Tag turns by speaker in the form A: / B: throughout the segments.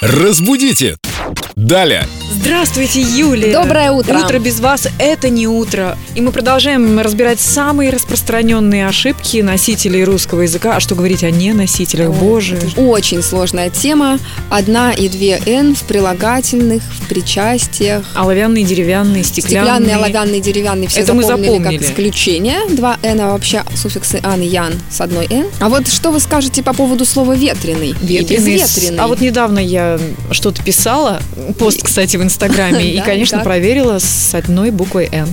A: Разбудите! Далее!
B: Здравствуйте, Юлия!
C: Доброе утро.
B: Утро без вас – это не утро. И мы продолжаем разбирать самые распространенные ошибки носителей русского языка. А что говорить о неносителях?
C: Ой,
B: Боже!
C: Очень сложная тема. Одна и две «н» в прилагательных, в причастиях.
B: Оловянные, деревянные, стеклянные.
C: Стеклянные, оловянные, деревянные все
B: Это мы
C: запомнили,
B: запомнили.
C: как исключение. Два «н» а вообще суффиксы «ан» и «ян» с одной «н». А вот что вы скажете по поводу слова «ветреный»?
B: Ветреные.
C: И «безветреный».
B: А вот недавно я что-то писала, пост, кстати, в Инстаграме, и,
C: Да,
B: конечно,
C: как?
B: проверила с одной буквой «Н».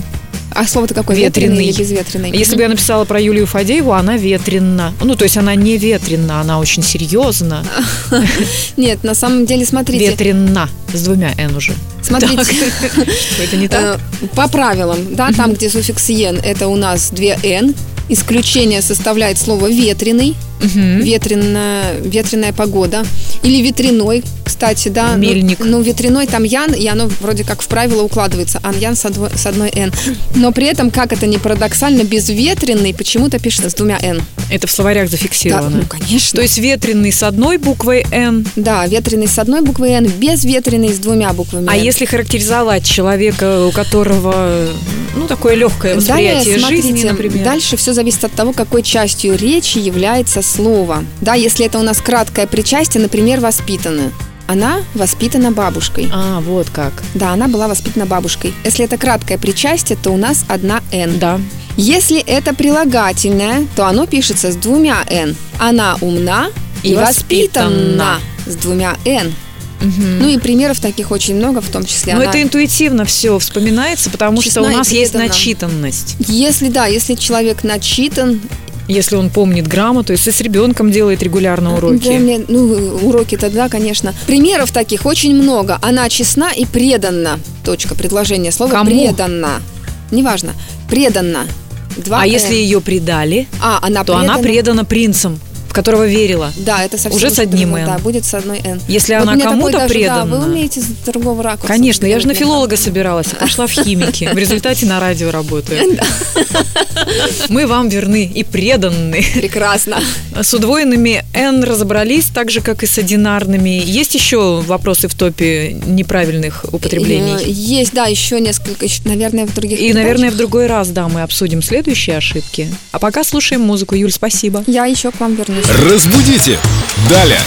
C: А слово-то какое?
B: Ветреный. А
C: «Ветреный» или «безветреный»?
B: Если бы я написала про Юлию Фадееву, она ветренна. Ну, то есть она не ветренна, она очень серьезна.
C: Нет, на самом деле, смотрите.
B: Ветренна. С двумя «Н» уже.
C: Смотрите.
B: Что, это не так?
C: Э, По правилам, да, там, где суффикс «ен», это у нас 2 «н». Исключение составляет слово «ветреный»,
B: Мгм.
C: ветрено- ветреная погода. Или «ветряной», кстати, да. ну-
B: Мельник.
C: Ну, «ветряной» там «ян», и оно вроде как в правило укладывается. «Ан-ян» с одной- с одной «н». Но при этом, как это не парадоксально, «безветренный» почему-то пишется с двумя «н».
B: Это в словарях
C: Да, ну,
B: зафиксировано.
C: конечно.
B: То есть ветренный с одной буквой «Н»,
C: Да, ветреный с одной буквой «н», безветреный с двумя буквами
B: а
C: «н».
B: если характеризовать человека, у которого, ну, такое легкое восприятие
C: Далее, смотрите,
B: жизни, например.
C: Дальше все зависит от того, какой частью речи является слово. Да, если это у нас краткое причастие, например, воспитаны. Она воспитана бабушкой.
B: А, вот как.
C: Да, она была воспитана бабушкой. Если это краткое причастие, то у нас одна «н».
B: Да.
C: Если это прилагательное, то оно пишется с двумя «н». Она умна и,
B: И воспитана.
C: воспитана. с двумя «н».
B: Мгм.
C: Ну и примеров таких очень много, в том числе
B: Но
C: она-
B: это интуитивно все вспоминается, потому что у
C: Честна и
B: нас есть
C: предана.
B: начитанность.
C: Если, да, если человек начитан,
B: Если он помнит грамоту, если с ребенком делает регулярно
C: Да,
B: уроки. А
C: мне- ну, уроки тогда, конечно. Примеров таких очень много. Она честна и преданна. Точка. Предложение слова
B: Кому?
C: преданна. Неважно. Преданна. Два
B: А
C: «э».
B: если ее предали,
C: А, она
B: то она предана принцем, в которого верила.
C: Да, это совсем
B: Уже с одним
C: другое.
B: «н».
C: Да, будет с одной «н».
B: Если
C: Вот у
B: она
C: меня такой
B: кому-то
C: даже,
B: предана.
C: Да, вы умеете с другого ракурса.
B: Конечно, я же на
C: делать
B: филолога собиралась, а пошла в химики. В результате на радио работаю. Мы вам верны и преданы.
C: метод. Прекрасно.
B: С удвоенными N разобрались, так же, как и с одинарными. Есть еще вопросы в топе неправильных
C: Э,
B: употреблений?
C: Есть, да, еще несколько, еще, наверное, в других
B: И,
C: передачах.
B: наверное, в другой раз, да, мы обсудим следующие ошибки. А пока слушаем музыку. Юль, спасибо.
C: Я еще к вам вернусь.
A: Разбудите! Далее!